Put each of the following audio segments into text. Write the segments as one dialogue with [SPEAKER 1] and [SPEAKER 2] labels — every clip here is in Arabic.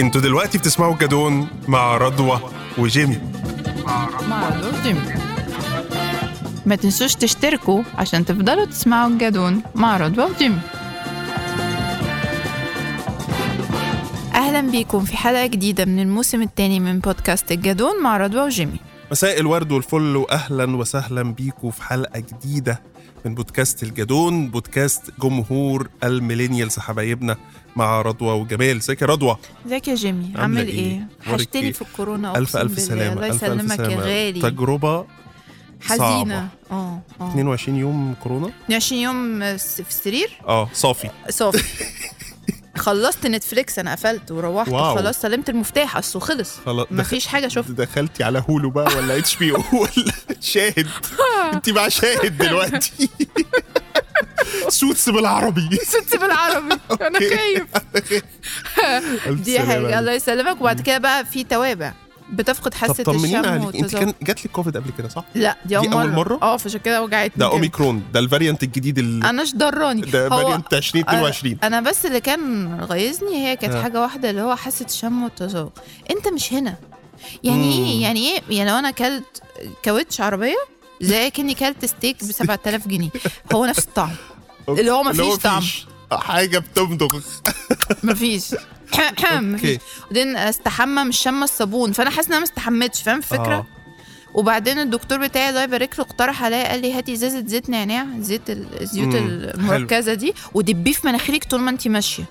[SPEAKER 1] انتوا دلوقتي بتسمعوا الجدون مع رضوى وجيمي
[SPEAKER 2] مع جيمي ما تنسوش تشتركوا عشان تفضلوا تسمعوا الجدون مع رضوى وجيمي أهلا بيكم في حلقة جديدة من الموسم الثاني من بودكاست الجدون مع رضوى وجيمي
[SPEAKER 1] مساء الورد والفل واهلا وسهلا بيكم في حلقه جديده من بودكاست الجدون بودكاست جمهور الميلينيالز حبايبنا مع رضوى وجمال ازيك يا رضوى
[SPEAKER 2] ازيك يا جيمي
[SPEAKER 1] عاملة
[SPEAKER 2] عامل ايه؟
[SPEAKER 1] أخبارك إيه؟
[SPEAKER 2] هشتري في الكورونا
[SPEAKER 1] الف
[SPEAKER 2] أقسم
[SPEAKER 1] الف
[SPEAKER 2] بالله.
[SPEAKER 1] سلامه
[SPEAKER 2] الله
[SPEAKER 1] الف الف
[SPEAKER 2] يسلمك يا
[SPEAKER 1] سلامه
[SPEAKER 2] غالي اه.
[SPEAKER 1] تجربه
[SPEAKER 2] حزينة اه اه
[SPEAKER 1] 22 يوم كورونا
[SPEAKER 2] 22 يوم س- في السرير
[SPEAKER 1] اه صافي
[SPEAKER 2] صافي خلصت نتفليكس انا قفلت وروحت
[SPEAKER 1] واو.
[SPEAKER 2] خلاص سلمت المفتاح اصله خلص
[SPEAKER 1] خلاص
[SPEAKER 2] مفيش حاجه شفت
[SPEAKER 1] دخلتي على هولو بقى ولا اتش بي او ولا شاهد انت مع شاهد دلوقتي سوتس بالعربي
[SPEAKER 2] ست بالعربي انا خايف
[SPEAKER 1] ألف
[SPEAKER 2] دي
[SPEAKER 1] سلامة
[SPEAKER 2] حاجه
[SPEAKER 1] عليك.
[SPEAKER 2] الله يسلمك وبعد كده بقى في توابع بتفقد
[SPEAKER 1] طب
[SPEAKER 2] حاسه
[SPEAKER 1] طمنينا
[SPEAKER 2] الشم
[SPEAKER 1] عليك انت
[SPEAKER 2] وتذوق
[SPEAKER 1] كان جات لك كوفيد قبل كده صح؟
[SPEAKER 2] لا دي اول
[SPEAKER 1] دي أول
[SPEAKER 2] مره,
[SPEAKER 1] مرة؟
[SPEAKER 2] اه فعشان كده وجعتني
[SPEAKER 1] ده
[SPEAKER 2] كده.
[SPEAKER 1] اوميكرون ده الفاريانت الجديد ال...
[SPEAKER 2] انا ضراني
[SPEAKER 1] ده فاريانت 2022
[SPEAKER 2] انا بس اللي كان غيظني هي كانت
[SPEAKER 1] آه.
[SPEAKER 2] حاجه واحده اللي هو حاسه الشم والتذوق انت مش هنا يعني
[SPEAKER 1] مم.
[SPEAKER 2] ايه يعني ايه يعني لو انا كلت كاوتش عربيه زي كاني كلت ستيك ب 7000 جنيه هو نفس الطعم اللي هو مفيش طعم.
[SPEAKER 1] مفيش حاجه بتمضغ
[SPEAKER 2] مفيش
[SPEAKER 1] اوكي
[SPEAKER 2] مفيش وبعدين استحمى مش شامه الصابون فانا حاسه ان انا ما استحمتش فاهم الفكره
[SPEAKER 1] آه.
[SPEAKER 2] وبعدين الدكتور بتاعي الله يبارك له اقترح عليا قال لي هاتي ازازه زيت نعناع زيت ال- الزيوت
[SPEAKER 1] مم،
[SPEAKER 2] المركزه دي ودبيه في مناخيرك طول ما انت ماشيه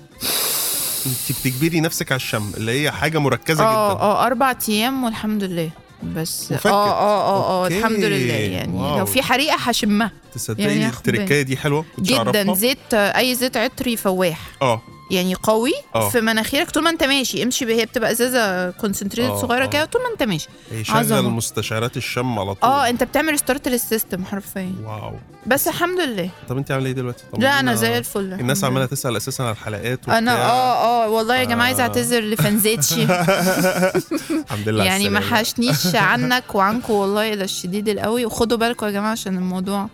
[SPEAKER 1] انت بتجبري نفسك على الشم اللي هي حاجه مركزه
[SPEAKER 2] اه
[SPEAKER 1] جدا
[SPEAKER 2] اه اربع ايام والحمد لله بس
[SPEAKER 1] وفكت.
[SPEAKER 2] اه اه اه اه
[SPEAKER 1] أوكي.
[SPEAKER 2] الحمد لله يعني
[SPEAKER 1] واو.
[SPEAKER 2] لو في حريقه هشمها
[SPEAKER 1] تصدقي
[SPEAKER 2] يعني
[SPEAKER 1] يعني
[SPEAKER 2] هاخد
[SPEAKER 1] التركايه دي حلوه كنتش
[SPEAKER 2] جدا
[SPEAKER 1] أعرفها.
[SPEAKER 2] زيت آه، اي زيت عطري فواح
[SPEAKER 1] اه
[SPEAKER 2] يعني قوي
[SPEAKER 1] آه.
[SPEAKER 2] أوه. في مناخيرك طول ما انت ماشي امشي بيه- هي بتبقى ازازه كونسنتريت
[SPEAKER 1] آه،
[SPEAKER 2] صغيره
[SPEAKER 1] آه.
[SPEAKER 2] كده طول ما انت ماشي
[SPEAKER 1] هي شغل
[SPEAKER 2] عظمة.
[SPEAKER 1] مستشعرات الشم على طول
[SPEAKER 2] اه انت بتعمل ستارت للسيستم حرفيا
[SPEAKER 1] واو
[SPEAKER 2] بس الحمد لله
[SPEAKER 1] طب انت عامله ايه دلوقتي
[SPEAKER 2] لا انا
[SPEAKER 1] طمنينا.
[SPEAKER 2] زي الفل
[SPEAKER 1] الناس عماله تسال اساسا على الحلقات
[SPEAKER 2] انا
[SPEAKER 1] وبتاع.
[SPEAKER 2] اه اه والله يا جماعه عايز
[SPEAKER 1] آه.
[SPEAKER 2] اعتذر لفانزيتشي
[SPEAKER 1] الحمد لله على
[SPEAKER 2] يعني ما
[SPEAKER 1] السلامة.
[SPEAKER 2] حشنيش عنك وعنكم والله الى الشديد القوي وخدوا بالكم يا جماعه عشان الموضوع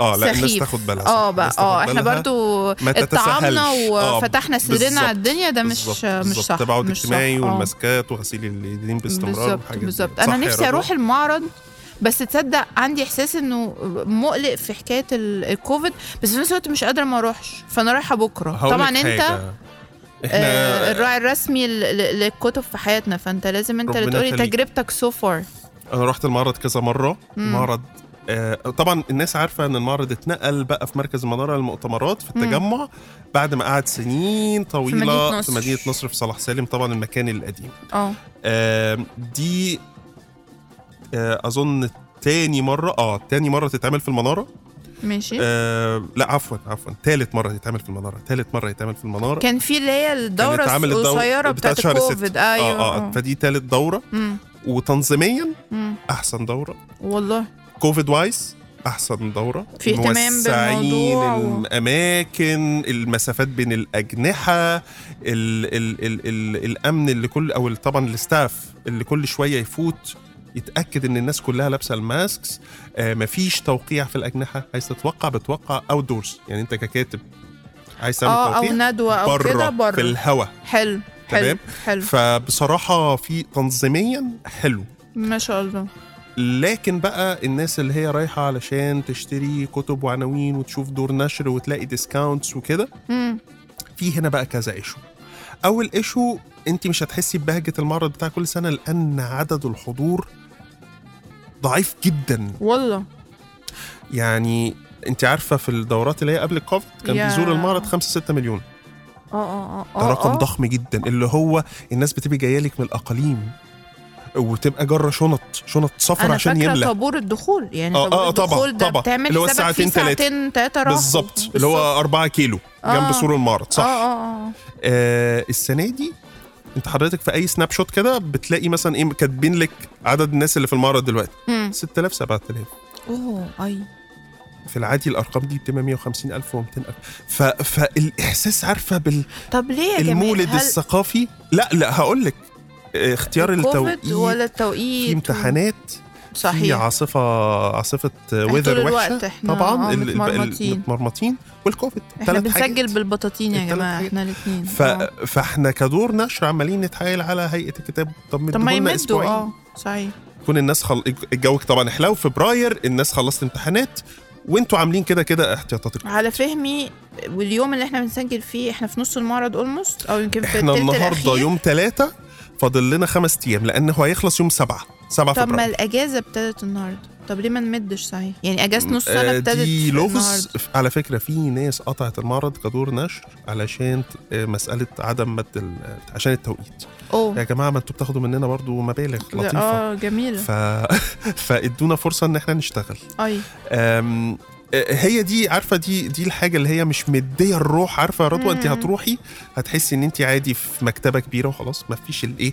[SPEAKER 1] اه لا الناس
[SPEAKER 2] سخيف.
[SPEAKER 1] تاخد بالها صح.
[SPEAKER 2] اه بقى
[SPEAKER 1] الناس تاخد
[SPEAKER 2] اه احنا
[SPEAKER 1] بالها.
[SPEAKER 2] برضو
[SPEAKER 1] ما
[SPEAKER 2] اتطعمنا
[SPEAKER 1] تتساهلش. آه،
[SPEAKER 2] وفتحنا سرنا على
[SPEAKER 1] بالظبط.
[SPEAKER 2] الدنيا ده مش
[SPEAKER 1] بالظبط،
[SPEAKER 2] مش
[SPEAKER 1] بالظبط.
[SPEAKER 2] صح
[SPEAKER 1] التباعد
[SPEAKER 2] مش صح.
[SPEAKER 1] الاجتماعي
[SPEAKER 2] آه.
[SPEAKER 1] والماسكات وغسيل الايدين باستمرار
[SPEAKER 2] بالظبط
[SPEAKER 1] والحاجات دي.
[SPEAKER 2] بالظبط
[SPEAKER 1] صح
[SPEAKER 2] انا
[SPEAKER 1] يا
[SPEAKER 2] نفسي
[SPEAKER 1] رضوى؟
[SPEAKER 2] اروح المعرض بس تصدق عندي احساس انه مقلق في حكايه ال- الكوفيد بس في نفس الوقت مش قادره ما اروحش فانا رايحه بكره
[SPEAKER 1] هقول
[SPEAKER 2] طبعا
[SPEAKER 1] لك
[SPEAKER 2] انت
[SPEAKER 1] حاجة. احنا
[SPEAKER 2] آه، الراعي الرسمي ل- ل- للكتب في حياتنا فانت لازم انت اللي
[SPEAKER 1] ربنا
[SPEAKER 2] تقولي
[SPEAKER 1] يخليك.
[SPEAKER 2] تجربتك سو فار
[SPEAKER 1] انا رحت المعرض كذا مره
[SPEAKER 2] مم.
[SPEAKER 1] معرض آه، طبعا الناس عارفه ان المعرض اتنقل بقى في مركز المناره للمؤتمرات في التجمع بعد ما قعد سنين طويله
[SPEAKER 2] مدينة نصر.
[SPEAKER 1] في مدينه نصر في صلاح سالم طبعا المكان القديم
[SPEAKER 2] اه
[SPEAKER 1] آم، دي آه، اظن تاني مره اه تاني مره تتعمل في المناره
[SPEAKER 2] ماشي
[SPEAKER 1] آه لا عفوا عفوا تالت مره تتعمل في المناره تالت مره يتعمل في المناره
[SPEAKER 2] كان في اللي هي
[SPEAKER 1] كانت
[SPEAKER 2] الدوره
[SPEAKER 1] عامل الدورة
[SPEAKER 2] القصيره بتاعت
[SPEAKER 1] شهر ستة.
[SPEAKER 2] الكوفيد ايوه
[SPEAKER 1] آه, اه
[SPEAKER 2] آه.
[SPEAKER 1] فدي تالت دوره
[SPEAKER 2] مم،
[SPEAKER 1] وتنظيميا
[SPEAKER 2] مم.
[SPEAKER 1] احسن دوره
[SPEAKER 2] والله
[SPEAKER 1] كوفيد وايز احسن دوره
[SPEAKER 2] في اهتمام بالموضوع و-
[SPEAKER 1] الاماكن المسافات بين الاجنحه ال ال ال ال الامن اللي كل او طبعا الاستاف اللي كل شويه يفوت يتاكد ان الناس كلها لابسه الماسكس آه مفيش توقيع في الاجنحه عايز تتوقع بتوقع اوت دورز يعني انت ككاتب عايز تعمل
[SPEAKER 2] اه او
[SPEAKER 1] توقيع
[SPEAKER 2] ندوه او كده
[SPEAKER 1] بره في
[SPEAKER 2] بره
[SPEAKER 1] الهوا
[SPEAKER 2] حلو حلو
[SPEAKER 1] تمام؟
[SPEAKER 2] حلو
[SPEAKER 1] فبصراحه في تنظيميا حلو
[SPEAKER 2] ما شاء الله
[SPEAKER 1] لكن بقى الناس اللي هي رايحة علشان تشتري كتب وعناوين وتشوف دور نشر وتلاقي ديسكاونتس وكده
[SPEAKER 2] مم.
[SPEAKER 1] في هنا بقى كذا ايشو أول ايشو أنت مش هتحسي ببهجة المعرض بتاع كل سنة لأن عدد الحضور ضعيف جدا
[SPEAKER 2] والله
[SPEAKER 1] يعني أنت عارفة في الدورات اللي هي قبل الكوفيد كان
[SPEAKER 2] يا.
[SPEAKER 1] بيزور المعرض 5 6 مليون
[SPEAKER 2] اه اه اه
[SPEAKER 1] ده
[SPEAKER 2] آه،
[SPEAKER 1] رقم
[SPEAKER 2] آه.
[SPEAKER 1] ضخم جدا اللي هو الناس بتبقى جايه لك من الأقاليم وتبقى جره شنط شنط سفر
[SPEAKER 2] انا
[SPEAKER 1] عشان
[SPEAKER 2] فاكره
[SPEAKER 1] يملى
[SPEAKER 2] طابور الدخول يعني
[SPEAKER 1] آه، آه،
[SPEAKER 2] طابور
[SPEAKER 1] طبعاً،
[SPEAKER 2] الدخول ده
[SPEAKER 1] طبعاً.
[SPEAKER 2] بتعمل
[SPEAKER 1] اللي هو
[SPEAKER 2] حسابك فيه
[SPEAKER 1] الساعتين تلاتة.
[SPEAKER 2] ساعتين ثلاثه راحوا
[SPEAKER 1] بالظبط اللي هو 4 كيلو جنب
[SPEAKER 2] آه.
[SPEAKER 1] سور المعرض صح
[SPEAKER 2] اه اه اه
[SPEAKER 1] آه السنه دي انت حضرتك في اي سناب شوت كده بتلاقي مثلا ايه كاتبين لك عدد الناس اللي في المعرض دلوقتي
[SPEAKER 2] مم.
[SPEAKER 1] 6000 7000
[SPEAKER 2] اوه اي
[SPEAKER 1] في العادي الارقام دي بتبقى 150000 و200000 ف... فالاحساس عارفه
[SPEAKER 2] طب ليه يا جماعه
[SPEAKER 1] بالمولد الثقافي لا لا هقول لك آه، اختيار
[SPEAKER 2] الكوفيد
[SPEAKER 1] التوقيت
[SPEAKER 2] ولا
[SPEAKER 1] في
[SPEAKER 2] التوقيت
[SPEAKER 1] امتحانات في
[SPEAKER 2] صحيح
[SPEAKER 1] عاصفه عاصفه
[SPEAKER 2] طول
[SPEAKER 1] ويذر
[SPEAKER 2] الوقت
[SPEAKER 1] وحشه
[SPEAKER 2] إحنا
[SPEAKER 1] طبعا
[SPEAKER 2] آه
[SPEAKER 1] ال- ال-
[SPEAKER 2] متمرمطين.
[SPEAKER 1] المتمرمطين والكوفيد
[SPEAKER 2] احنا
[SPEAKER 1] تلات حاجات.
[SPEAKER 2] بنسجل بالبطاطين يا
[SPEAKER 1] التلات
[SPEAKER 2] جماعه
[SPEAKER 1] حاجات.
[SPEAKER 2] احنا الاثنين
[SPEAKER 1] ف...
[SPEAKER 2] آه.
[SPEAKER 1] فاحنا كدور نشر عمالين نتحايل على هيئه الكتاب طب
[SPEAKER 2] طب ما
[SPEAKER 1] مدوا لنا
[SPEAKER 2] يمدوا
[SPEAKER 1] اسبوعين
[SPEAKER 2] اه صحيح
[SPEAKER 1] يكون الناس خل... الجو طبعا حلو فبراير الناس خلصت امتحانات وانتوا عاملين كده كده احتياطاتكم
[SPEAKER 2] على فهمي واليوم اللي احنا بنسجل فيه احنا في نص المعرض اولموست او يمكن في
[SPEAKER 1] احنا
[SPEAKER 2] التلت
[SPEAKER 1] النهارده
[SPEAKER 2] الأخير.
[SPEAKER 1] يوم ثلاثة فاضل لنا خمس ايام لانه هيخلص يوم سبعة سبعة
[SPEAKER 2] طب ما
[SPEAKER 1] فبراير
[SPEAKER 2] الاجازه ابتدت النهارده طب ليه ما نمدش صحيح يعني اجازه نص سنه
[SPEAKER 1] آه،
[SPEAKER 2] ابتدت
[SPEAKER 1] دي لغز
[SPEAKER 2] النهاردة.
[SPEAKER 1] على فكره في ناس قطعت المعرض كدور نشر علشان ت- آه، مساله عدم مد ال- عشان التوقيت
[SPEAKER 2] اوه
[SPEAKER 1] يا جماعه ما انتوا بتاخدوا مننا برضو مبالغ
[SPEAKER 2] ده-
[SPEAKER 1] لطيفه
[SPEAKER 2] اه جميله
[SPEAKER 1] ف... فادونا فرصه ان احنا نشتغل
[SPEAKER 2] اي
[SPEAKER 1] أم، أه، هي دي عارفه دي دي الحاجه اللي هي مش مديه الروح عارفه يا رضوى انت
[SPEAKER 2] مم.
[SPEAKER 1] هتروحي هتحسي ان انت عادي في مكتبه كبيره وخلاص ايه، ما فيش الايه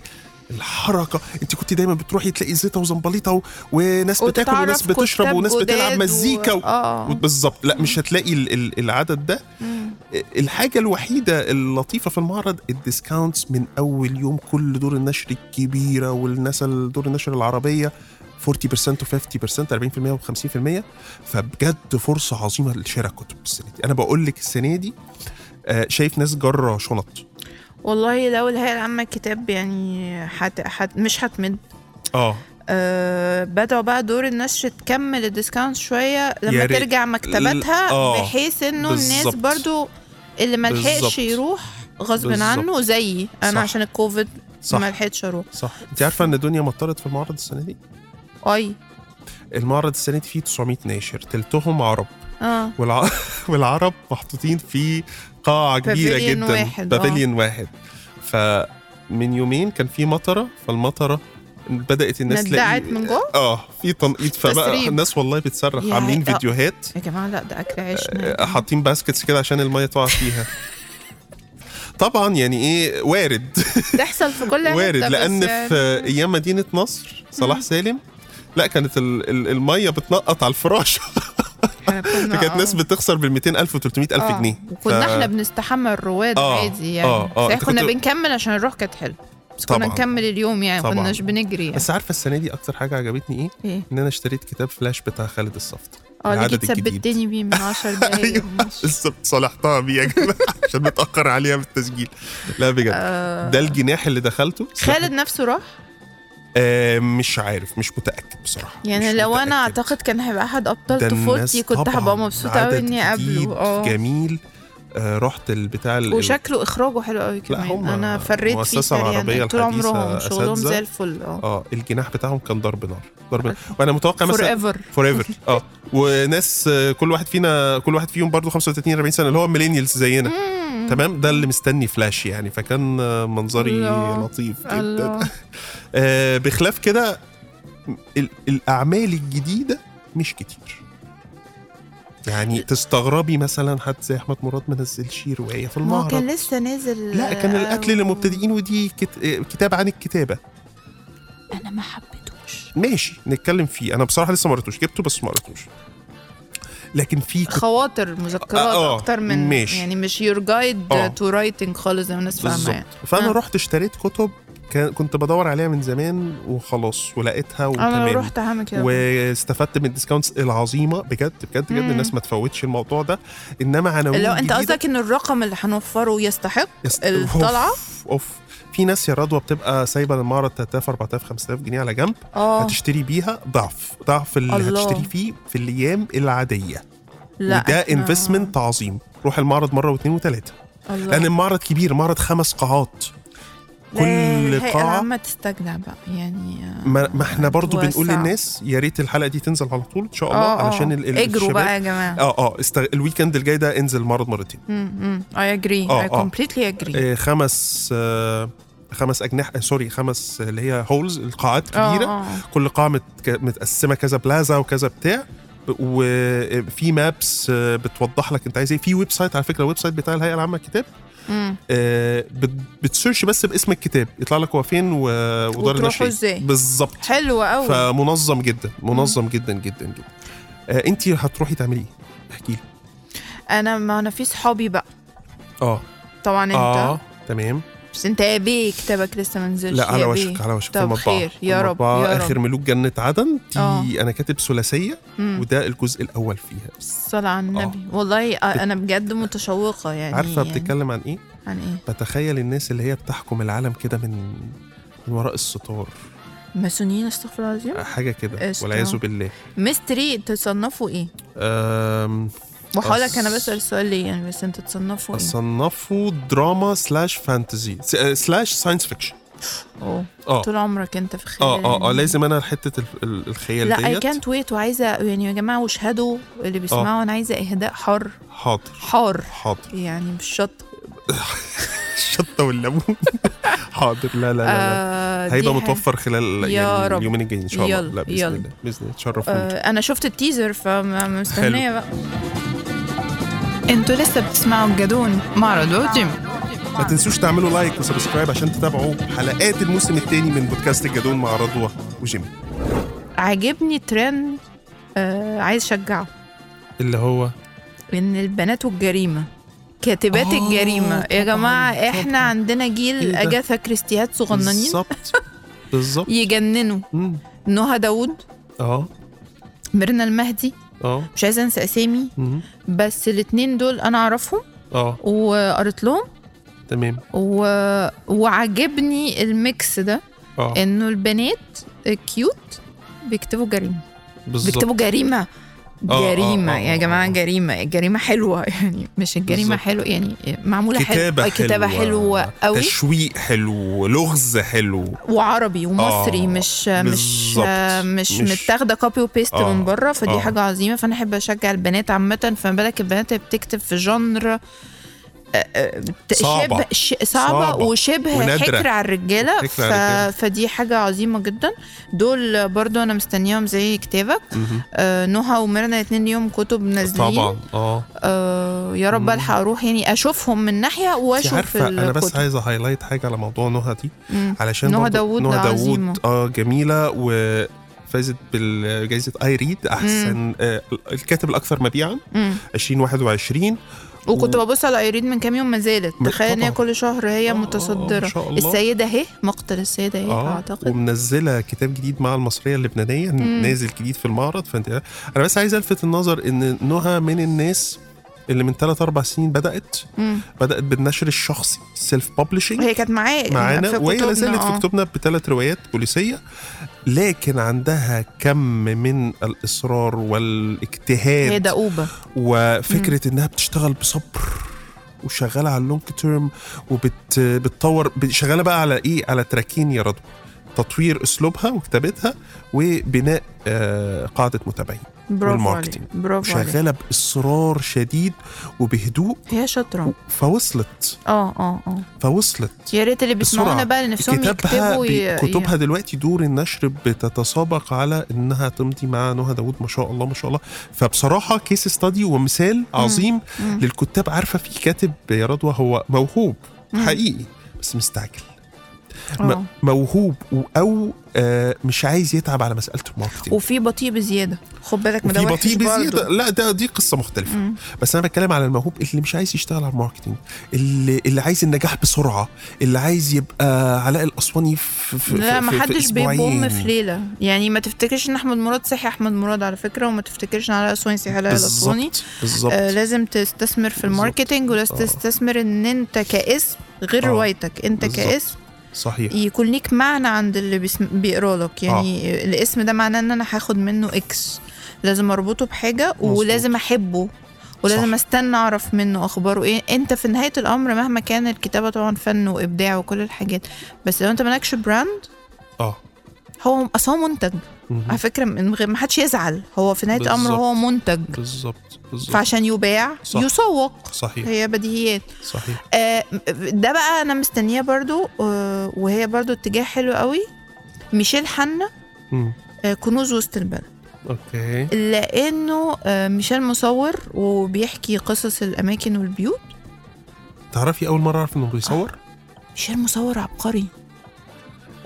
[SPEAKER 1] الحركه انت كنت دايما بتروحي تلاقي زيطه وزنبليطه و- وناس بتاكل
[SPEAKER 2] وتتعرف
[SPEAKER 1] وناس بتشرب
[SPEAKER 2] كتاب
[SPEAKER 1] وناس بتلعب
[SPEAKER 2] جداد
[SPEAKER 1] مزيكا
[SPEAKER 2] و...
[SPEAKER 1] و...
[SPEAKER 2] اه
[SPEAKER 1] بالظبط لا مش هتلاقي ال- ال- العدد ده آه،
[SPEAKER 2] مم.
[SPEAKER 1] الحاجه الوحيده اللطيفه في المعرض الديسكاونتس من اول يوم كل دور النشر الكبيره والناس دور النشر العربيه 40% و50% 40% و50% فبجد فرصه عظيمه لشراء كتب السنه دي انا بقول لك السنه دي آه، شايف ناس جره شنط
[SPEAKER 2] والله لو الهيئه العامه الكتاب يعني حت... حت... مش هتمد
[SPEAKER 1] اه
[SPEAKER 2] آه بدأوا بقى دور النشر تكمل الديسكاونت شويه لما
[SPEAKER 1] يا ريت.
[SPEAKER 2] ترجع مكتباتها
[SPEAKER 1] ل- آه،
[SPEAKER 2] بحيث انه الناس
[SPEAKER 1] بالظبط.
[SPEAKER 2] برضو اللي ما لحقش
[SPEAKER 1] بالظبط.
[SPEAKER 2] يروح غصب
[SPEAKER 1] بالظبط.
[SPEAKER 2] عنه زيي انا
[SPEAKER 1] صح.
[SPEAKER 2] عشان الكوفيد
[SPEAKER 1] صح
[SPEAKER 2] ما لحقتش اروح
[SPEAKER 1] صح انت عارفه ان الدنيا مطرت في المعرض السنه دي
[SPEAKER 2] اي
[SPEAKER 1] المعرض السنه دي فيه 900 ناشر تلتهم عرب
[SPEAKER 2] اه
[SPEAKER 1] والع... والعرب محطوطين في قاعة كبيرة
[SPEAKER 2] Pavilion
[SPEAKER 1] جدا
[SPEAKER 2] واحد، آه.
[SPEAKER 1] بافيليون واحد فمن يومين كان في مطرة فالمطرة بدأت الناس تلاقي-
[SPEAKER 2] ندعت من جوه؟
[SPEAKER 1] اه في تنقيط فبقى
[SPEAKER 2] تسريب.
[SPEAKER 1] الناس والله بتصرخ
[SPEAKER 2] يا
[SPEAKER 1] عاملين
[SPEAKER 2] آه.
[SPEAKER 1] فيديوهات
[SPEAKER 2] يا جماعه لا ده اكل عيشنا
[SPEAKER 1] آه، حاطين باسكتس كده عشان المية تقع فيها طبعا يعني ايه وارد
[SPEAKER 2] تحصل في كل حته
[SPEAKER 1] وارد
[SPEAKER 2] بس
[SPEAKER 1] لان
[SPEAKER 2] يعني-
[SPEAKER 1] في ايام مدينه نصر صلاح سالم لا كانت ال- ال- الميه بتنقط على الفراش
[SPEAKER 2] إحنا كنا-
[SPEAKER 1] كانت ناس
[SPEAKER 2] آه.
[SPEAKER 1] بتخسر بال 200 الف و 300 الف
[SPEAKER 2] آه.
[SPEAKER 1] جنيه
[SPEAKER 2] وكنا
[SPEAKER 1] ف-
[SPEAKER 2] احنا بنستحمى الرواد
[SPEAKER 1] آه،
[SPEAKER 2] عادي يعني
[SPEAKER 1] آه، آه.
[SPEAKER 2] صحيح
[SPEAKER 1] أنت
[SPEAKER 2] كنا
[SPEAKER 1] كنت-
[SPEAKER 2] بنكمل عشان الروح كانت حلوه بس كنا
[SPEAKER 1] طبعاً.
[SPEAKER 2] نكمل اليوم يعني
[SPEAKER 1] طبعاً.
[SPEAKER 2] كناش بنجري يعني.
[SPEAKER 1] بس عارفه السنه دي اكتر حاجه عجبتني ايه؟
[SPEAKER 2] ايه
[SPEAKER 1] ان انا اشتريت كتاب فلاش بتاع خالد الصفدي
[SPEAKER 2] اه اللي
[SPEAKER 1] العدد
[SPEAKER 2] جيت
[SPEAKER 1] الجديد.
[SPEAKER 2] ثبتني بيه من 10 دقايق
[SPEAKER 1] أيوة.
[SPEAKER 2] ماشي.
[SPEAKER 1] لسه صالحتها بيه يا جماعه عشان متاخر عليها بالتسجيل لا بجد
[SPEAKER 2] آه،
[SPEAKER 1] ده الجناح اللي دخلته
[SPEAKER 2] خالد نفسه راح
[SPEAKER 1] آه مش عارف مش متاكد بصراحه
[SPEAKER 2] يعني
[SPEAKER 1] مش
[SPEAKER 2] لو انا
[SPEAKER 1] متأكد.
[SPEAKER 2] اعتقد كان هيبقى احد ابطال
[SPEAKER 1] ده الناس
[SPEAKER 2] طفولتي كنت
[SPEAKER 1] طبعاً
[SPEAKER 2] هبقى مبسوطه قوي
[SPEAKER 1] عدد
[SPEAKER 2] اني
[SPEAKER 1] جديد
[SPEAKER 2] اقابله اه
[SPEAKER 1] جميل آه رحت البتاع ال-
[SPEAKER 2] وشكله اخراجه حلو قوي كمان
[SPEAKER 1] هم
[SPEAKER 2] انا فريت فيه
[SPEAKER 1] المؤسسة
[SPEAKER 2] سريعاً.
[SPEAKER 1] العربية
[SPEAKER 2] طول
[SPEAKER 1] الحديثة
[SPEAKER 2] عمرهم شغلهم
[SPEAKER 1] أساتذة.
[SPEAKER 2] زي الفل اه
[SPEAKER 1] اه الجناح بتاعهم كان ضرب نار ضرب نار وانا متوقع
[SPEAKER 2] فور
[SPEAKER 1] مثلا
[SPEAKER 2] ايفر
[SPEAKER 1] فور ايفر اه وناس آه، كل واحد فينا كل واحد فيهم برضه 35 40 سنه اللي هو ميلينيالز زينا تمام ده اللي مستني فلاش يعني فكان آه، منظري
[SPEAKER 2] الله.
[SPEAKER 1] لطيف جدا
[SPEAKER 2] الله
[SPEAKER 1] آه بخلاف كده ال- الاعمال الجديده مش كتير يعني تستغربي مثلا حد زي احمد مراد ما نزلش روايه في
[SPEAKER 2] ما هو
[SPEAKER 1] المعرض
[SPEAKER 2] كان لسه نازل
[SPEAKER 1] لا كان
[SPEAKER 2] آه،
[SPEAKER 1] الاكل للمبتدئين ودي كت- آه، كتاب عن الكتابه
[SPEAKER 2] انا ما حبيتهوش
[SPEAKER 1] ماشي نتكلم فيه انا بصراحه لسه ما قريتوش جبته بس ما قريتوش لكن في كت-
[SPEAKER 2] خواطر مذكرات
[SPEAKER 1] آه، آه،
[SPEAKER 2] اكتر من
[SPEAKER 1] ماشي.
[SPEAKER 2] يعني مش يور
[SPEAKER 1] آه.
[SPEAKER 2] جايد تو رايتنج خالص زي ما الناس فاهمه
[SPEAKER 1] بالظبط
[SPEAKER 2] يعني
[SPEAKER 1] فانا
[SPEAKER 2] آه.
[SPEAKER 1] رحت اشتريت كتب كان- كنت بدور عليها من زمان وخلاص ولقيتها
[SPEAKER 2] انا لو
[SPEAKER 1] وتمام
[SPEAKER 2] رحت هعمل كده
[SPEAKER 1] واستفدت من الديسكاونتس العظيمه بجد بجد بجد
[SPEAKER 2] مم.
[SPEAKER 1] الناس ما تفوتش الموضوع ده انما عناوين
[SPEAKER 2] لو انت
[SPEAKER 1] جديدة-
[SPEAKER 2] قصدك ان الرقم اللي هنوفره يستحق
[SPEAKER 1] يست-
[SPEAKER 2] الطلعة؟
[SPEAKER 1] اوف اوف في ناس يا رضوى بتبقى سايبه المعرض 3000 4000 5000 جنيه على جنب
[SPEAKER 2] اه
[SPEAKER 1] هتشتري بيها ضعف ضعف اللي
[SPEAKER 2] الله.
[SPEAKER 1] هتشتري فيه في الايام العاديه
[SPEAKER 2] لا آه.
[SPEAKER 1] وده
[SPEAKER 2] إحنا-
[SPEAKER 1] انفستمنت عظيم روح المعرض مره واثنين وثلاثه
[SPEAKER 2] الله.
[SPEAKER 1] لان المعرض كبير معرض خمس قاعات
[SPEAKER 2] لا،
[SPEAKER 1] كل
[SPEAKER 2] الهيئة
[SPEAKER 1] قاعه
[SPEAKER 2] العامة تستجدع بقى يعني آه،
[SPEAKER 1] ما, ما احنا برضو
[SPEAKER 2] توسع.
[SPEAKER 1] بنقول للناس يا ريت الحلقه دي تنزل على طول ان شاء الله
[SPEAKER 2] آه، آه.
[SPEAKER 1] علشان ال- ال-
[SPEAKER 2] اجروا
[SPEAKER 1] الشباب-
[SPEAKER 2] بقى يا جماعة
[SPEAKER 1] اه اه استغ... الويكند الجاي ده انزل معرض مرتين
[SPEAKER 2] اي اجري
[SPEAKER 1] آه،
[SPEAKER 2] اي
[SPEAKER 1] آه.
[SPEAKER 2] كومبليتلي اجري
[SPEAKER 1] آه خمس آه خمس اجنحه آه سوري خمس اللي هي هولز القاعات
[SPEAKER 2] آه،
[SPEAKER 1] كبيره كل قاعه متك... متقسمه كذا بلازا وكذا بتاع ب- وفي مابس آه، بتوضح لك انت عايز ايه في ويب سايت على فكره الويب سايت بتاع الهيئه العامه للكتاب آه، بت- بتسيرش بس باسم الكتاب يطلع لك هو فين و- ودار
[SPEAKER 2] وتروحوا
[SPEAKER 1] النشر إيه.
[SPEAKER 2] إزاي.
[SPEAKER 1] بالظبط
[SPEAKER 2] حلوة قوي
[SPEAKER 1] فمنظم جدا منظم جدا جدا جدا آه، انت هتروحي تعملي ايه احكي لي
[SPEAKER 2] انا ما انا في صحابي بقى
[SPEAKER 1] اه
[SPEAKER 2] طبعا انت
[SPEAKER 1] اه تمام
[SPEAKER 2] بس انت يا بيه كتابك لسه ما نزلش
[SPEAKER 1] لا على
[SPEAKER 2] يا بيه.
[SPEAKER 1] وشك على وشك في
[SPEAKER 2] طب
[SPEAKER 1] المطبعة
[SPEAKER 2] خير، يا رب،
[SPEAKER 1] المطبعة
[SPEAKER 2] يا رب.
[SPEAKER 1] اخر ملوك جنة عدن دي
[SPEAKER 2] آه.
[SPEAKER 1] انا كاتب ثلاثية
[SPEAKER 2] مم.
[SPEAKER 1] وده الجزء الاول فيها
[SPEAKER 2] الصلاة على النبي والله آه، انا بجد متشوقة يعني
[SPEAKER 1] عارفة
[SPEAKER 2] يعني
[SPEAKER 1] بتتكلم عن ايه؟
[SPEAKER 2] عن ايه
[SPEAKER 1] بتخيل الناس اللي هي بتحكم العالم كده من من وراء الستار
[SPEAKER 2] ماسونيين استغفر الله العظيم
[SPEAKER 1] حاجة كده
[SPEAKER 2] قشطة.
[SPEAKER 1] والعياذ بالله
[SPEAKER 2] ميستري تصنفوا ايه
[SPEAKER 1] أم،
[SPEAKER 2] وحولك
[SPEAKER 1] أص-
[SPEAKER 2] انا بسأل السؤال ليه يعني بس انت تصنفوا ايه
[SPEAKER 1] أصنفه دراما سلاش فانتزي س- آه، سلاش ساينس فيكشن
[SPEAKER 2] اه
[SPEAKER 1] اه
[SPEAKER 2] طول عمرك انت في خيال
[SPEAKER 1] اه اه اه
[SPEAKER 2] يعني.
[SPEAKER 1] لازم انا حته ال- ال- الخيال
[SPEAKER 2] لا اي
[SPEAKER 1] ديت آه.
[SPEAKER 2] كانت ويت وعايزه يعني يا جماعه واشهدوا اللي بيسمعوا انا عايزه اهداء حار
[SPEAKER 1] حاضر
[SPEAKER 2] حار
[SPEAKER 1] حاضر
[SPEAKER 2] يعني مش شط
[SPEAKER 1] الشطه والليمون حاضر لا لا لا, لا.
[SPEAKER 2] آه دي
[SPEAKER 1] هيبقى
[SPEAKER 2] حاجة.
[SPEAKER 1] متوفر خلال
[SPEAKER 2] يا
[SPEAKER 1] يعني
[SPEAKER 2] رب.
[SPEAKER 1] اليومين الجايين ان شاء الله
[SPEAKER 2] يلا،
[SPEAKER 1] لا باذن
[SPEAKER 2] يلا.
[SPEAKER 1] الله باذن الله تشرفوني
[SPEAKER 2] آه انا شفت التيزر فمستنيه بقى انتوا لسه بتسمعوا الجدون مع رضوى جيم
[SPEAKER 1] ما تنسوش تعملوا لايك وسبسكرايب عشان تتابعوا حلقات الموسم الثاني من بودكاست الجدون مع رضوى وجيمي
[SPEAKER 2] عاجبني ترند آه عايز اشجعه
[SPEAKER 1] اللي هو
[SPEAKER 2] ان البنات والجريمه كاتبات
[SPEAKER 1] آه،
[SPEAKER 2] الجريمه يا
[SPEAKER 1] طبعاً،
[SPEAKER 2] جماعه احنا
[SPEAKER 1] طبعاً.
[SPEAKER 2] عندنا جيل
[SPEAKER 1] إيه ده؟
[SPEAKER 2] اجاثا كريستيات صغننين
[SPEAKER 1] بالظبط بالظبط
[SPEAKER 2] يجننوا
[SPEAKER 1] مم.
[SPEAKER 2] نهى داوود
[SPEAKER 1] اه
[SPEAKER 2] ميرنا المهدي
[SPEAKER 1] اه
[SPEAKER 2] مش عايزه انسى اسامي
[SPEAKER 1] مم.
[SPEAKER 2] بس الاتنين دول انا اعرفهم
[SPEAKER 1] اه
[SPEAKER 2] وقريت لهم
[SPEAKER 1] تمام
[SPEAKER 2] و... وعجبني الميكس ده
[SPEAKER 1] اه
[SPEAKER 2] انه البنات كيوت بيكتبوا جريمه
[SPEAKER 1] بالظبط
[SPEAKER 2] بيكتبوا جريمه
[SPEAKER 1] آه، آه،
[SPEAKER 2] جريمة
[SPEAKER 1] آه،
[SPEAKER 2] يا
[SPEAKER 1] آه،
[SPEAKER 2] جماعة
[SPEAKER 1] آه.
[SPEAKER 2] جريمة جريمة حلوة يعني مش الجريمة
[SPEAKER 1] بالظبط.
[SPEAKER 2] حلوة يعني معمولة
[SPEAKER 1] كتابة
[SPEAKER 2] حلوة
[SPEAKER 1] حلوة
[SPEAKER 2] كتابة حلوة قوي
[SPEAKER 1] تشويق حلو لغز حلو
[SPEAKER 2] وعربي ومصري
[SPEAKER 1] آه،
[SPEAKER 2] مش مش
[SPEAKER 1] بالظبط.
[SPEAKER 2] مش
[SPEAKER 1] مش-
[SPEAKER 2] متاخده كوبي وبيست
[SPEAKER 1] آه،
[SPEAKER 2] من بره فدي
[SPEAKER 1] آه.
[SPEAKER 2] حاجه عظيمه فانا احب اشجع البنات عامه فما بالك البنات اللي بتكتب في جنر
[SPEAKER 1] صعبة.
[SPEAKER 2] شبه ش- صعبة,
[SPEAKER 1] صعبة
[SPEAKER 2] وشبه
[SPEAKER 1] ونادرة.
[SPEAKER 2] حكر على الرجالة ف...
[SPEAKER 1] حكر على الرجالة.
[SPEAKER 2] فدي حاجة عظيمة جدا دول برضو أنا مستنياهم زي كتابك آه نهى وميرنا الاتنين ليهم كتب نازلين
[SPEAKER 1] طبعا اه
[SPEAKER 2] آه يا رب
[SPEAKER 1] مم.
[SPEAKER 2] ألحق أروح يعني أشوفهم من ناحية
[SPEAKER 1] انت
[SPEAKER 2] وأشوف
[SPEAKER 1] عارفه انا بس
[SPEAKER 2] الكتب.
[SPEAKER 1] عايزه هايلايت حاجه على موضوع نهى دي
[SPEAKER 2] مم.
[SPEAKER 1] علشان
[SPEAKER 2] نهى
[SPEAKER 1] برضه-
[SPEAKER 2] داوود
[SPEAKER 1] نهى
[SPEAKER 2] عظيمة.
[SPEAKER 1] داوود اه جميله وفازت بالجائزه اي ريد احسن آه الكاتب الاكثر مبيعا
[SPEAKER 2] مم.
[SPEAKER 1] 2021
[SPEAKER 2] وكنت ببص على ايرين من كام يوم ما زالت
[SPEAKER 1] م-
[SPEAKER 2] تخيل ان هي
[SPEAKER 1] طبعاً.
[SPEAKER 2] كل شهر هي
[SPEAKER 1] آه،
[SPEAKER 2] متصدره
[SPEAKER 1] ما شاء الله.
[SPEAKER 2] السيده اهي مقتل السيده اهي
[SPEAKER 1] اه
[SPEAKER 2] اعتقد
[SPEAKER 1] ومنزله كتاب جديد مع المصريه اللبنانيه
[SPEAKER 2] مم.
[SPEAKER 1] نازل جديد في المعرض فانت انا بس عايز الفت النظر ان نهى من الناس اللي من 3 4 سنين بدات
[SPEAKER 2] مم.
[SPEAKER 1] بدات بالنشر الشخصي سيلف ببلشنج
[SPEAKER 2] هي كانت معايا
[SPEAKER 1] معانا
[SPEAKER 2] يعني في
[SPEAKER 1] وهي
[SPEAKER 2] كتبنا،
[SPEAKER 1] لا زالت في
[SPEAKER 2] آه.
[SPEAKER 1] كتبنا بثلاث روايات بوليسيه لكن عندها كم من الاصرار
[SPEAKER 2] هي
[SPEAKER 1] والاجتهاد
[SPEAKER 2] دؤوبه
[SPEAKER 1] وفكره انها بتشتغل بصبر وشغاله على اللونج تيرم وبتطور شغاله بقى على ايه على تراكين يا رضوى تطوير اسلوبها وكتابتها وبناء آه، قاعده متابعين
[SPEAKER 2] برافو عليك
[SPEAKER 1] والماركتينج.
[SPEAKER 2] برافو عليك
[SPEAKER 1] شغاله باصرار شديد وبهدوء
[SPEAKER 2] هي شاطره
[SPEAKER 1] فوصلت
[SPEAKER 2] اه اه اه
[SPEAKER 1] فوصلت
[SPEAKER 2] يا ريت اللي بيسمعونا
[SPEAKER 1] بسرعة.
[SPEAKER 2] بقى لنفسهم
[SPEAKER 1] كتابها
[SPEAKER 2] يكتبوا
[SPEAKER 1] بي-
[SPEAKER 2] ي-
[SPEAKER 1] كتبها دلوقتي دور النشر بتتسابق على انها تمضي مع نهى داوود ما شاء الله ما شاء الله فبصراحه كيس ستادي ومثال عظيم
[SPEAKER 2] مم.
[SPEAKER 1] للكتاب عارفه في كاتب يا رضوى هو موهوب
[SPEAKER 2] مم.
[SPEAKER 1] حقيقي بس مستعجل
[SPEAKER 2] آه.
[SPEAKER 1] م- موهوب و- او آه، مش عايز يتعب على مساله الماركتنج
[SPEAKER 2] وفي بطيء بزياده خد بالك ما ده
[SPEAKER 1] وفي
[SPEAKER 2] وحش
[SPEAKER 1] بطيء بزياده
[SPEAKER 2] برضه.
[SPEAKER 1] لا ده دي قصه مختلفه
[SPEAKER 2] مم.
[SPEAKER 1] بس انا بتكلم على الموهوب اللي مش عايز يشتغل على الماركتينج اللي اللي عايز النجاح بسرعه اللي عايز يبقى علاء الاسواني في في
[SPEAKER 2] لا
[SPEAKER 1] في-
[SPEAKER 2] ما
[SPEAKER 1] في- في
[SPEAKER 2] حدش بيبوم
[SPEAKER 1] أسبوعين.
[SPEAKER 2] في ليله يعني ما تفتكرش ان احمد مراد صحي احمد مراد على فكره وما تفتكرش ان علاء اسواني صحي علاء الاسواني
[SPEAKER 1] بالظبط بالظبط
[SPEAKER 2] آه لازم تستثمر في
[SPEAKER 1] بالظبط.
[SPEAKER 2] الماركتينج ولازم
[SPEAKER 1] آه.
[SPEAKER 2] تستثمر ان انت كاسم غير
[SPEAKER 1] آه.
[SPEAKER 2] روايتك انت
[SPEAKER 1] بالظبط.
[SPEAKER 2] كاسم
[SPEAKER 1] صحيح
[SPEAKER 2] يكون ليك معنى عند اللي بيسم... بيقرا لك يعني آه. الاسم ده معناه ان انا هاخد منه اكس لازم اربطه بحاجه
[SPEAKER 1] مظبوط.
[SPEAKER 2] ولازم احبه ولازم
[SPEAKER 1] صح.
[SPEAKER 2] استنى اعرف منه اخباره ايه انت في نهايه الامر مهما كان الكتابه طبعا فن وابداع وكل الحاجات بس لو انت مالكش براند
[SPEAKER 1] اه
[SPEAKER 2] هو اصل هو منتج
[SPEAKER 1] مهم.
[SPEAKER 2] على فكره من غير ما حدش يزعل هو في نهايه الامر
[SPEAKER 1] بالظبط.
[SPEAKER 2] هو منتج
[SPEAKER 1] بالظبط بالظبط
[SPEAKER 2] فعشان يباع
[SPEAKER 1] صح.
[SPEAKER 2] يسوق
[SPEAKER 1] صحيح
[SPEAKER 2] هي بديهيات
[SPEAKER 1] صحيح
[SPEAKER 2] آه، ده بقى انا مستنيه برضو آه، وهي برضو اتجاه حلو قوي ميشيل حنا
[SPEAKER 1] مم.
[SPEAKER 2] آه، كنوز وسط البلد
[SPEAKER 1] اوكي
[SPEAKER 2] لانه آه، ميشيل مصور وبيحكي قصص الاماكن والبيوت
[SPEAKER 1] تعرفي اول مره اعرف انه بيصور
[SPEAKER 2] ميشيل مصور عبقري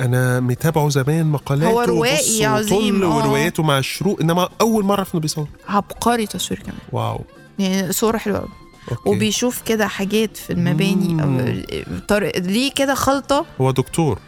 [SPEAKER 1] انا متابعه زمان مقالاته
[SPEAKER 2] آه. هو روائي
[SPEAKER 1] وبص وطل
[SPEAKER 2] عظيم، آه.
[SPEAKER 1] ورواياته مع الشروق انما اول مره اعرف انه بيصور
[SPEAKER 2] عبقري تصوير كمان
[SPEAKER 1] واو
[SPEAKER 2] يعني صوره حلوه قوي
[SPEAKER 1] أوكي.
[SPEAKER 2] وبيشوف كده حاجات في المباني
[SPEAKER 1] مم.
[SPEAKER 2] أو طارق ليه كده خلطه
[SPEAKER 1] هو دكتور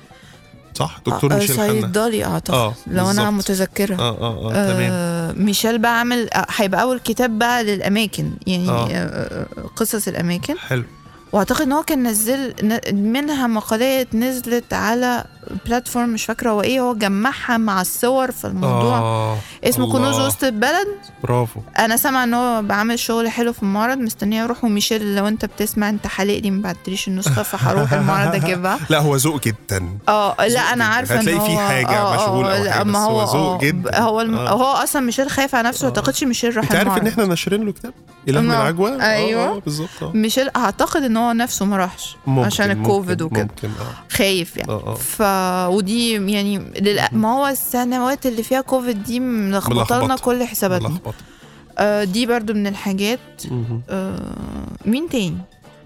[SPEAKER 1] صح دكتور
[SPEAKER 2] آه،
[SPEAKER 1] ميشيل حنا
[SPEAKER 2] صيدلي اعتقد
[SPEAKER 1] آه،
[SPEAKER 2] لو انا
[SPEAKER 1] بالظبط.
[SPEAKER 2] متذكره
[SPEAKER 1] اه اه اه تمام
[SPEAKER 2] آه ميشيل بقى عامل آه، هيبقى اول كتاب بقى للاماكن يعني
[SPEAKER 1] آه.
[SPEAKER 2] آه. آه، قصص الاماكن
[SPEAKER 1] حلو
[SPEAKER 2] واعتقد ان هو كان نزل ن- منها مقالات نزلت على بلاتفورم مش فاكره هو ايه هو جمعها مع الصور في الموضوع آه.
[SPEAKER 1] آه
[SPEAKER 2] اسمه
[SPEAKER 1] الله.
[SPEAKER 2] كنوز وسط البلد
[SPEAKER 1] برافو
[SPEAKER 2] انا سامعه ان هو بعمل شغل حلو في المعرض مستنيه اروح وميشيل لو انت بتسمع انت حالق لي ما بعتليش النسخه فهروح المعرض اجيبها
[SPEAKER 1] لا هو ذوق جدا
[SPEAKER 2] اه لا
[SPEAKER 1] جدا.
[SPEAKER 2] انا عارفه ان
[SPEAKER 1] هتلاقي
[SPEAKER 2] هو
[SPEAKER 1] في حاجة
[SPEAKER 2] آه، آه،
[SPEAKER 1] مشغول أو
[SPEAKER 2] لا،
[SPEAKER 1] حاجة،
[SPEAKER 2] ما
[SPEAKER 1] بس هو ذوق
[SPEAKER 2] آه،
[SPEAKER 1] جدا.
[SPEAKER 2] هو الم...
[SPEAKER 1] آه.
[SPEAKER 2] هو اصلا ميشيل خايف على نفسه ما اعتقدش ميشيل راح
[SPEAKER 1] انت عارف ان
[SPEAKER 2] المعرض
[SPEAKER 1] احنا ناشرين له كتاب اله من
[SPEAKER 2] آه،
[SPEAKER 1] العجوه آه،
[SPEAKER 2] أيوة.
[SPEAKER 1] اه بالظبط آه.
[SPEAKER 2] ميشيل اعتقد ان هو نفسه ما راحش
[SPEAKER 1] ممكن،
[SPEAKER 2] عشان
[SPEAKER 1] ممكن،
[SPEAKER 2] الكوفيد وكده
[SPEAKER 1] ممكن اه
[SPEAKER 2] خايف يعني
[SPEAKER 1] اه اه
[SPEAKER 2] ف ودي يعني للأ... ما هو السنوات اللي فيها كوفيد دي ملخبطه لنا
[SPEAKER 1] ملخبطة.
[SPEAKER 2] كل حساباتنا
[SPEAKER 1] ملخبطة.
[SPEAKER 2] آه دي برضو من الحاجات
[SPEAKER 1] مهم.
[SPEAKER 2] آه مين تاني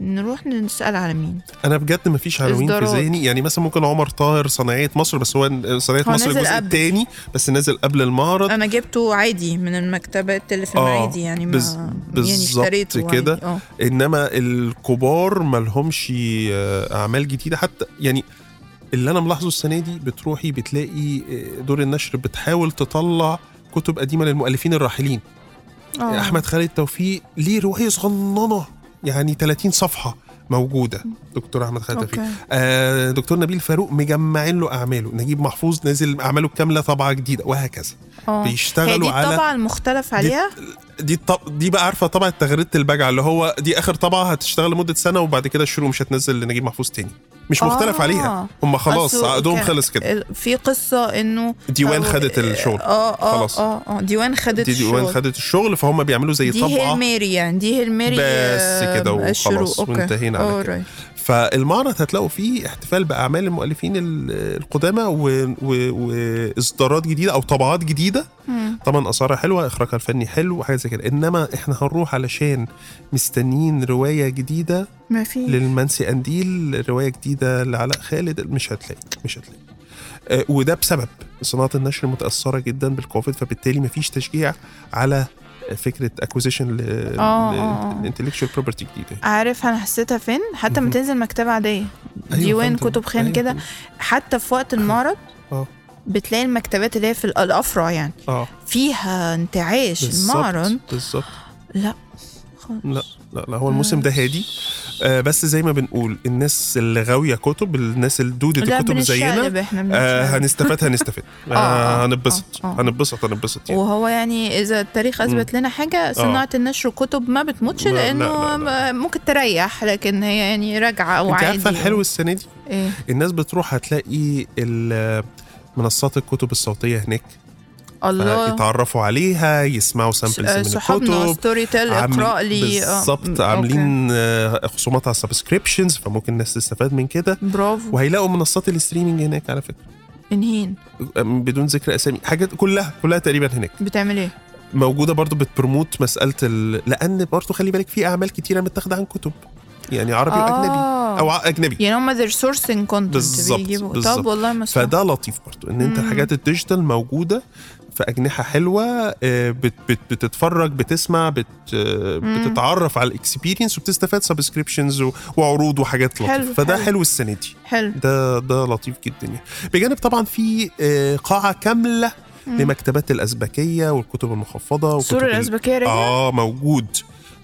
[SPEAKER 2] نروح نسال على مين
[SPEAKER 1] انا بجد ما فيش هالوين في
[SPEAKER 2] إصدارات.
[SPEAKER 1] ذهني يعني مثلا ممكن عمر طاهر صناعيه مصر بس هو صناعيه
[SPEAKER 2] هو
[SPEAKER 1] مصر
[SPEAKER 2] نزل
[SPEAKER 1] الجزء
[SPEAKER 2] قبل.
[SPEAKER 1] الثاني بس نزل قبل المعرض
[SPEAKER 2] انا جبته عادي من المكتبات اللي في
[SPEAKER 1] آه،
[SPEAKER 2] المعادي يعني ما
[SPEAKER 1] بز-
[SPEAKER 2] يعني
[SPEAKER 1] بالظبط
[SPEAKER 2] اشتريته
[SPEAKER 1] كده.
[SPEAKER 2] عادي. اه
[SPEAKER 1] انما الكبار ما لهمش آه، اعمال جديده حتى يعني اللي انا ملاحظه السنه دي بتروحي بتلاقي آه، دور النشر بتحاول تطلع كتب قديمه للمؤلفين الراحلين
[SPEAKER 2] آه.
[SPEAKER 1] احمد خالد توفيق ليه روايه صغننه يعني 30 صفحه موجوده دكتور احمد خالد توفيق
[SPEAKER 2] اوكي
[SPEAKER 1] آه دكتور نبيل فاروق مجمعين له اعماله نجيب محفوظ نازل اعماله الكامله طبعه جديده وهكذا
[SPEAKER 2] اه هي دي
[SPEAKER 1] بيشتغلوا على
[SPEAKER 2] الطبعه المختلف عليها
[SPEAKER 1] دي الطب... دي بقى عارفه طبعه تغريده البجعه اللي هو دي اخر طبعه هتشتغل لمده سنه وبعد كده الشروق مش هتنزل لنجيب محفوظ تاني مش مختلف
[SPEAKER 2] آه.
[SPEAKER 1] عليها هم خلاص
[SPEAKER 2] أصل
[SPEAKER 1] عقدهم
[SPEAKER 2] كان-
[SPEAKER 1] خلص كده
[SPEAKER 2] ال- في قصه انه
[SPEAKER 1] ديوان
[SPEAKER 2] أو-
[SPEAKER 1] خدت الشغل
[SPEAKER 2] اه اه
[SPEAKER 1] خلاص.
[SPEAKER 2] اه اه ديوان خدت
[SPEAKER 1] دي ديوان
[SPEAKER 2] الشغل
[SPEAKER 1] خدت الشغل فهم بيعملوا زي
[SPEAKER 2] دي هيل
[SPEAKER 1] طبعه
[SPEAKER 2] ميري يعني دي هيل ميري
[SPEAKER 1] بس
[SPEAKER 2] آه،
[SPEAKER 1] كده وخلاص،
[SPEAKER 2] الشروق. أوكي.
[SPEAKER 1] وانتهينا على
[SPEAKER 2] All
[SPEAKER 1] كده.
[SPEAKER 2] right.
[SPEAKER 1] فالمعرض هتلاقوا فيه احتفال باعمال المؤلفين ال- القدامى و- و- واصدارات جديده او طبعات جديده
[SPEAKER 2] مم.
[SPEAKER 1] طبعا اثارها حلوه اخراجها الفني حلو وحاجه زي كده انما احنا هنروح علشان مستنيين روايه جديده
[SPEAKER 2] ما في
[SPEAKER 1] للمنسي انديل روايه جديده لعلاء خالد مش هتلاقي مش هتلاقي آه، وده بسبب صناعه النشر متاثره جدا بالكوفيد فبالتالي مفيش تشجيع على فكره اكوزيشن
[SPEAKER 2] آه، آه.
[SPEAKER 1] للانتلكشوال بروبرتي جديده
[SPEAKER 2] عارف انا حسيتها فين حتى ما
[SPEAKER 1] مهم.
[SPEAKER 2] تنزل مكتبه عاديه
[SPEAKER 1] أيوة،
[SPEAKER 2] ديوان
[SPEAKER 1] فهمت.
[SPEAKER 2] كتب خان
[SPEAKER 1] أيوة.
[SPEAKER 2] كده حتى في وقت المعرض
[SPEAKER 1] آه.
[SPEAKER 2] بتلاقي المكتبات اللي هي في الافرع يعني
[SPEAKER 1] اه
[SPEAKER 2] فيها انتعاش
[SPEAKER 1] بالظبط،
[SPEAKER 2] المعرض
[SPEAKER 1] بالظبط
[SPEAKER 2] لا خالص
[SPEAKER 1] لا لا لا هو الموسم ده هادي آه بس زي ما بنقول الناس اللي غاويه كتب الناس اللي دودة
[SPEAKER 2] لا
[SPEAKER 1] الكتب زينا
[SPEAKER 2] بنتشقلب احنا
[SPEAKER 1] آه
[SPEAKER 2] بنتشقلب
[SPEAKER 1] هنستفاد هنستفاد آه
[SPEAKER 2] آه،
[SPEAKER 1] هنتبسط
[SPEAKER 2] آه، آه.
[SPEAKER 1] هنتبسط هنتبسط يعني
[SPEAKER 2] وهو يعني اذا التاريخ اثبت لنا حاجه صناعه النشر كتب ما بتموتش
[SPEAKER 1] آه. لا- لا-
[SPEAKER 2] لانه
[SPEAKER 1] لا- لا.
[SPEAKER 2] ممكن تريح لكن هي يعني راجعه
[SPEAKER 1] انت
[SPEAKER 2] وعادي
[SPEAKER 1] عارفه الحلو السنه دي
[SPEAKER 2] ايه
[SPEAKER 1] الناس بتروح هتلاقي ال- منصات الكتب الصوتيه هناك آه،
[SPEAKER 2] الله
[SPEAKER 1] يتعرفوا عليها يسمعوا سامبلز من
[SPEAKER 2] آه، صحابنا
[SPEAKER 1] الكتب
[SPEAKER 2] ستوري تيل
[SPEAKER 1] عامل-
[SPEAKER 2] اقرا لي آه،
[SPEAKER 1] بالظبط
[SPEAKER 2] أوكي.
[SPEAKER 1] عاملين آه، خصومات على السبسكريبشنز فممكن الناس تستفاد من كده
[SPEAKER 2] برافو
[SPEAKER 1] وهيلاقوا منصات الاستريمنج هناك على فكره
[SPEAKER 2] انهين
[SPEAKER 1] أم- بدون ذكر اسامي حاجات كلها كلها تقريبا هناك
[SPEAKER 2] بتعمل ايه
[SPEAKER 1] موجوده برضو بتبرموت مساله ال... لان برضو خلي بالك في اعمال كتيره متاخده عن كتب يعني عربي واجنبي او ع- اجنبي
[SPEAKER 2] يعني هم ذير سورسنج كونتنت
[SPEAKER 1] بالظبط،
[SPEAKER 2] بيجيبوا
[SPEAKER 1] بالظبط.
[SPEAKER 2] طب والله ما شاء الله.
[SPEAKER 1] فده لطيف برضو ان انت
[SPEAKER 2] مم.
[SPEAKER 1] الحاجات الديجيتال موجوده في اجنحه حلوه آه، بت بت بتتفرج بتسمع بت آه،
[SPEAKER 2] مم.
[SPEAKER 1] بتتعرف على الاكسبيرينس وبتستفاد سبسكريبشنز وعروض وحاجات لطيفه
[SPEAKER 2] حلو،
[SPEAKER 1] فده
[SPEAKER 2] حلو.
[SPEAKER 1] حلو السنه دي
[SPEAKER 2] حلو
[SPEAKER 1] ده ده لطيف جدا يعني بجانب طبعا في آه، قاعه كامله لمكتبات الازبكيه والكتب المخفضه وكتب
[SPEAKER 2] السور
[SPEAKER 1] ال-
[SPEAKER 2] الازبكيه رجعت
[SPEAKER 1] اه موجود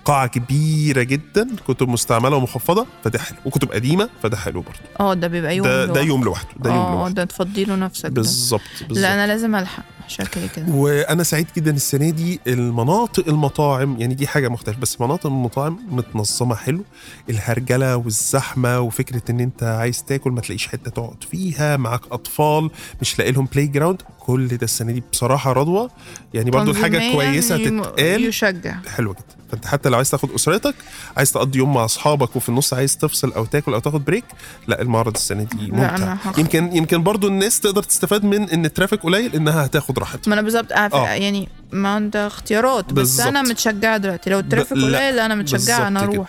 [SPEAKER 1] قاعة كبيرة جدا كتب مستعملة ومخفضة فده حلو وكتب قديمة فده حلو برضه
[SPEAKER 2] اه ده بيبقى يوم
[SPEAKER 1] ده ده
[SPEAKER 2] لوحده.
[SPEAKER 1] يوم لوحده ده يوم
[SPEAKER 2] اه
[SPEAKER 1] لوحده
[SPEAKER 2] ده تفضي له نفسك ده
[SPEAKER 1] بالظبط
[SPEAKER 2] لا
[SPEAKER 1] بالظبط
[SPEAKER 2] انا لازم الحق عشان كده كده
[SPEAKER 1] وانا سعيد جدا السنه دي المناطق المطاعم يعني دي حاجه مختلفه بس مناطق المطاعم متنظمه حلو الهرجله والزحمه وفكره ان انت عايز تاكل ما تلاقيش حته تقعد فيها معاك اطفال مش لاقي لهم بلاي جراوند كل ده السنه دي بصراحه رضوى يعني برضو حاجه
[SPEAKER 2] تنظيمياً يعني
[SPEAKER 1] كويسه
[SPEAKER 2] يم-
[SPEAKER 1] تتقال
[SPEAKER 2] يشجع
[SPEAKER 1] حلوه جدا فانت حتى لو عايز تاخد اسرتك عايز تقضي يوم مع اصحابك وفي النص عايز تفصل او تاكل او تاخد بريك لا المعرض السنه دي
[SPEAKER 2] لا،
[SPEAKER 1] ممتع
[SPEAKER 2] أنا هاخد.
[SPEAKER 1] يمكن يمكن برضو الناس تقدر تستفاد من ان الترافيك قليل انها هتاخد راحتها
[SPEAKER 2] ما انا بالظبط عارف-
[SPEAKER 1] آه.
[SPEAKER 2] يعني ما انت اختيارات بس
[SPEAKER 1] بالظبط.
[SPEAKER 2] انا متشجعه دلوقتي لو الترافيك
[SPEAKER 1] لا،
[SPEAKER 2] قليل انا
[SPEAKER 1] بالظبط
[SPEAKER 2] متشجعه انا
[SPEAKER 1] كده.
[SPEAKER 2] اروح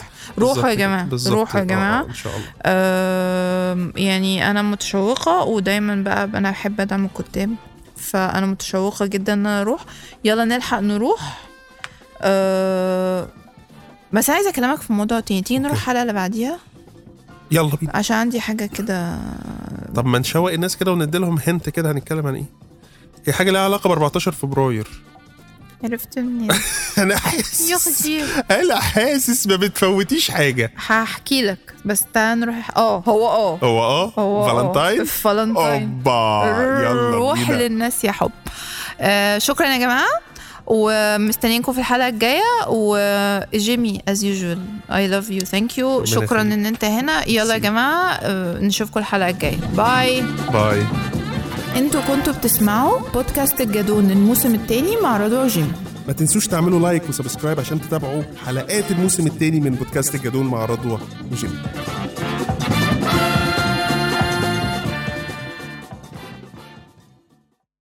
[SPEAKER 1] بالظبط
[SPEAKER 2] روحوا يا
[SPEAKER 1] كده.
[SPEAKER 2] جماعه
[SPEAKER 1] بالظبط
[SPEAKER 2] روحوا يا
[SPEAKER 1] كده. آه،
[SPEAKER 2] جماعه
[SPEAKER 1] آه، ان شاء الله
[SPEAKER 2] آم، يعني انا متشوقه ودايما بقى انا بحب ادعم الكتاب فانا متشوقه جدا ان انا اروح يلا نلحق نروح آه، بس عايزه اكلمك في موضوع تاني تيجي نروح الحلقه اللي بعديها
[SPEAKER 1] يلا بينا
[SPEAKER 2] عشان عندي حاجه كده
[SPEAKER 1] طب ما نشوق الناس كده وندي لهم هنت كده هنتكلم عن ايه هي حاجه لها علاقه ب 14 فبراير
[SPEAKER 2] عرفت منين
[SPEAKER 1] انا حاسس
[SPEAKER 2] يا اختي
[SPEAKER 1] انا حاسس ما بتفوتيش حاجه
[SPEAKER 2] هحكي لك بس تعال نروح اه هو اه
[SPEAKER 1] هو اه
[SPEAKER 2] هو آه.
[SPEAKER 1] فالنتاين
[SPEAKER 2] فالنتاين
[SPEAKER 1] اوبا آه، يلا
[SPEAKER 2] روح
[SPEAKER 1] بينا
[SPEAKER 2] للناس يا حب آه شكرا يا جماعه ومستنيينكم في الحلقه الجايه وجيمي از يوجوال اي لاف يو ثانك يو شكرا
[SPEAKER 1] يخليك.
[SPEAKER 2] ان انت هنا يلا يا جماعه آه، نشوفكم الحلقه الجايه باي
[SPEAKER 1] باي
[SPEAKER 2] انتوا كنتوا بتسمعوا بودكاست الجدون الموسم الثاني مع رضوى وجيمي
[SPEAKER 1] ما تنسوش تعملوا لايك وسبسكرايب عشان تتابعوا حلقات الموسم الثاني من بودكاست الجدون مع رضوى وجيمي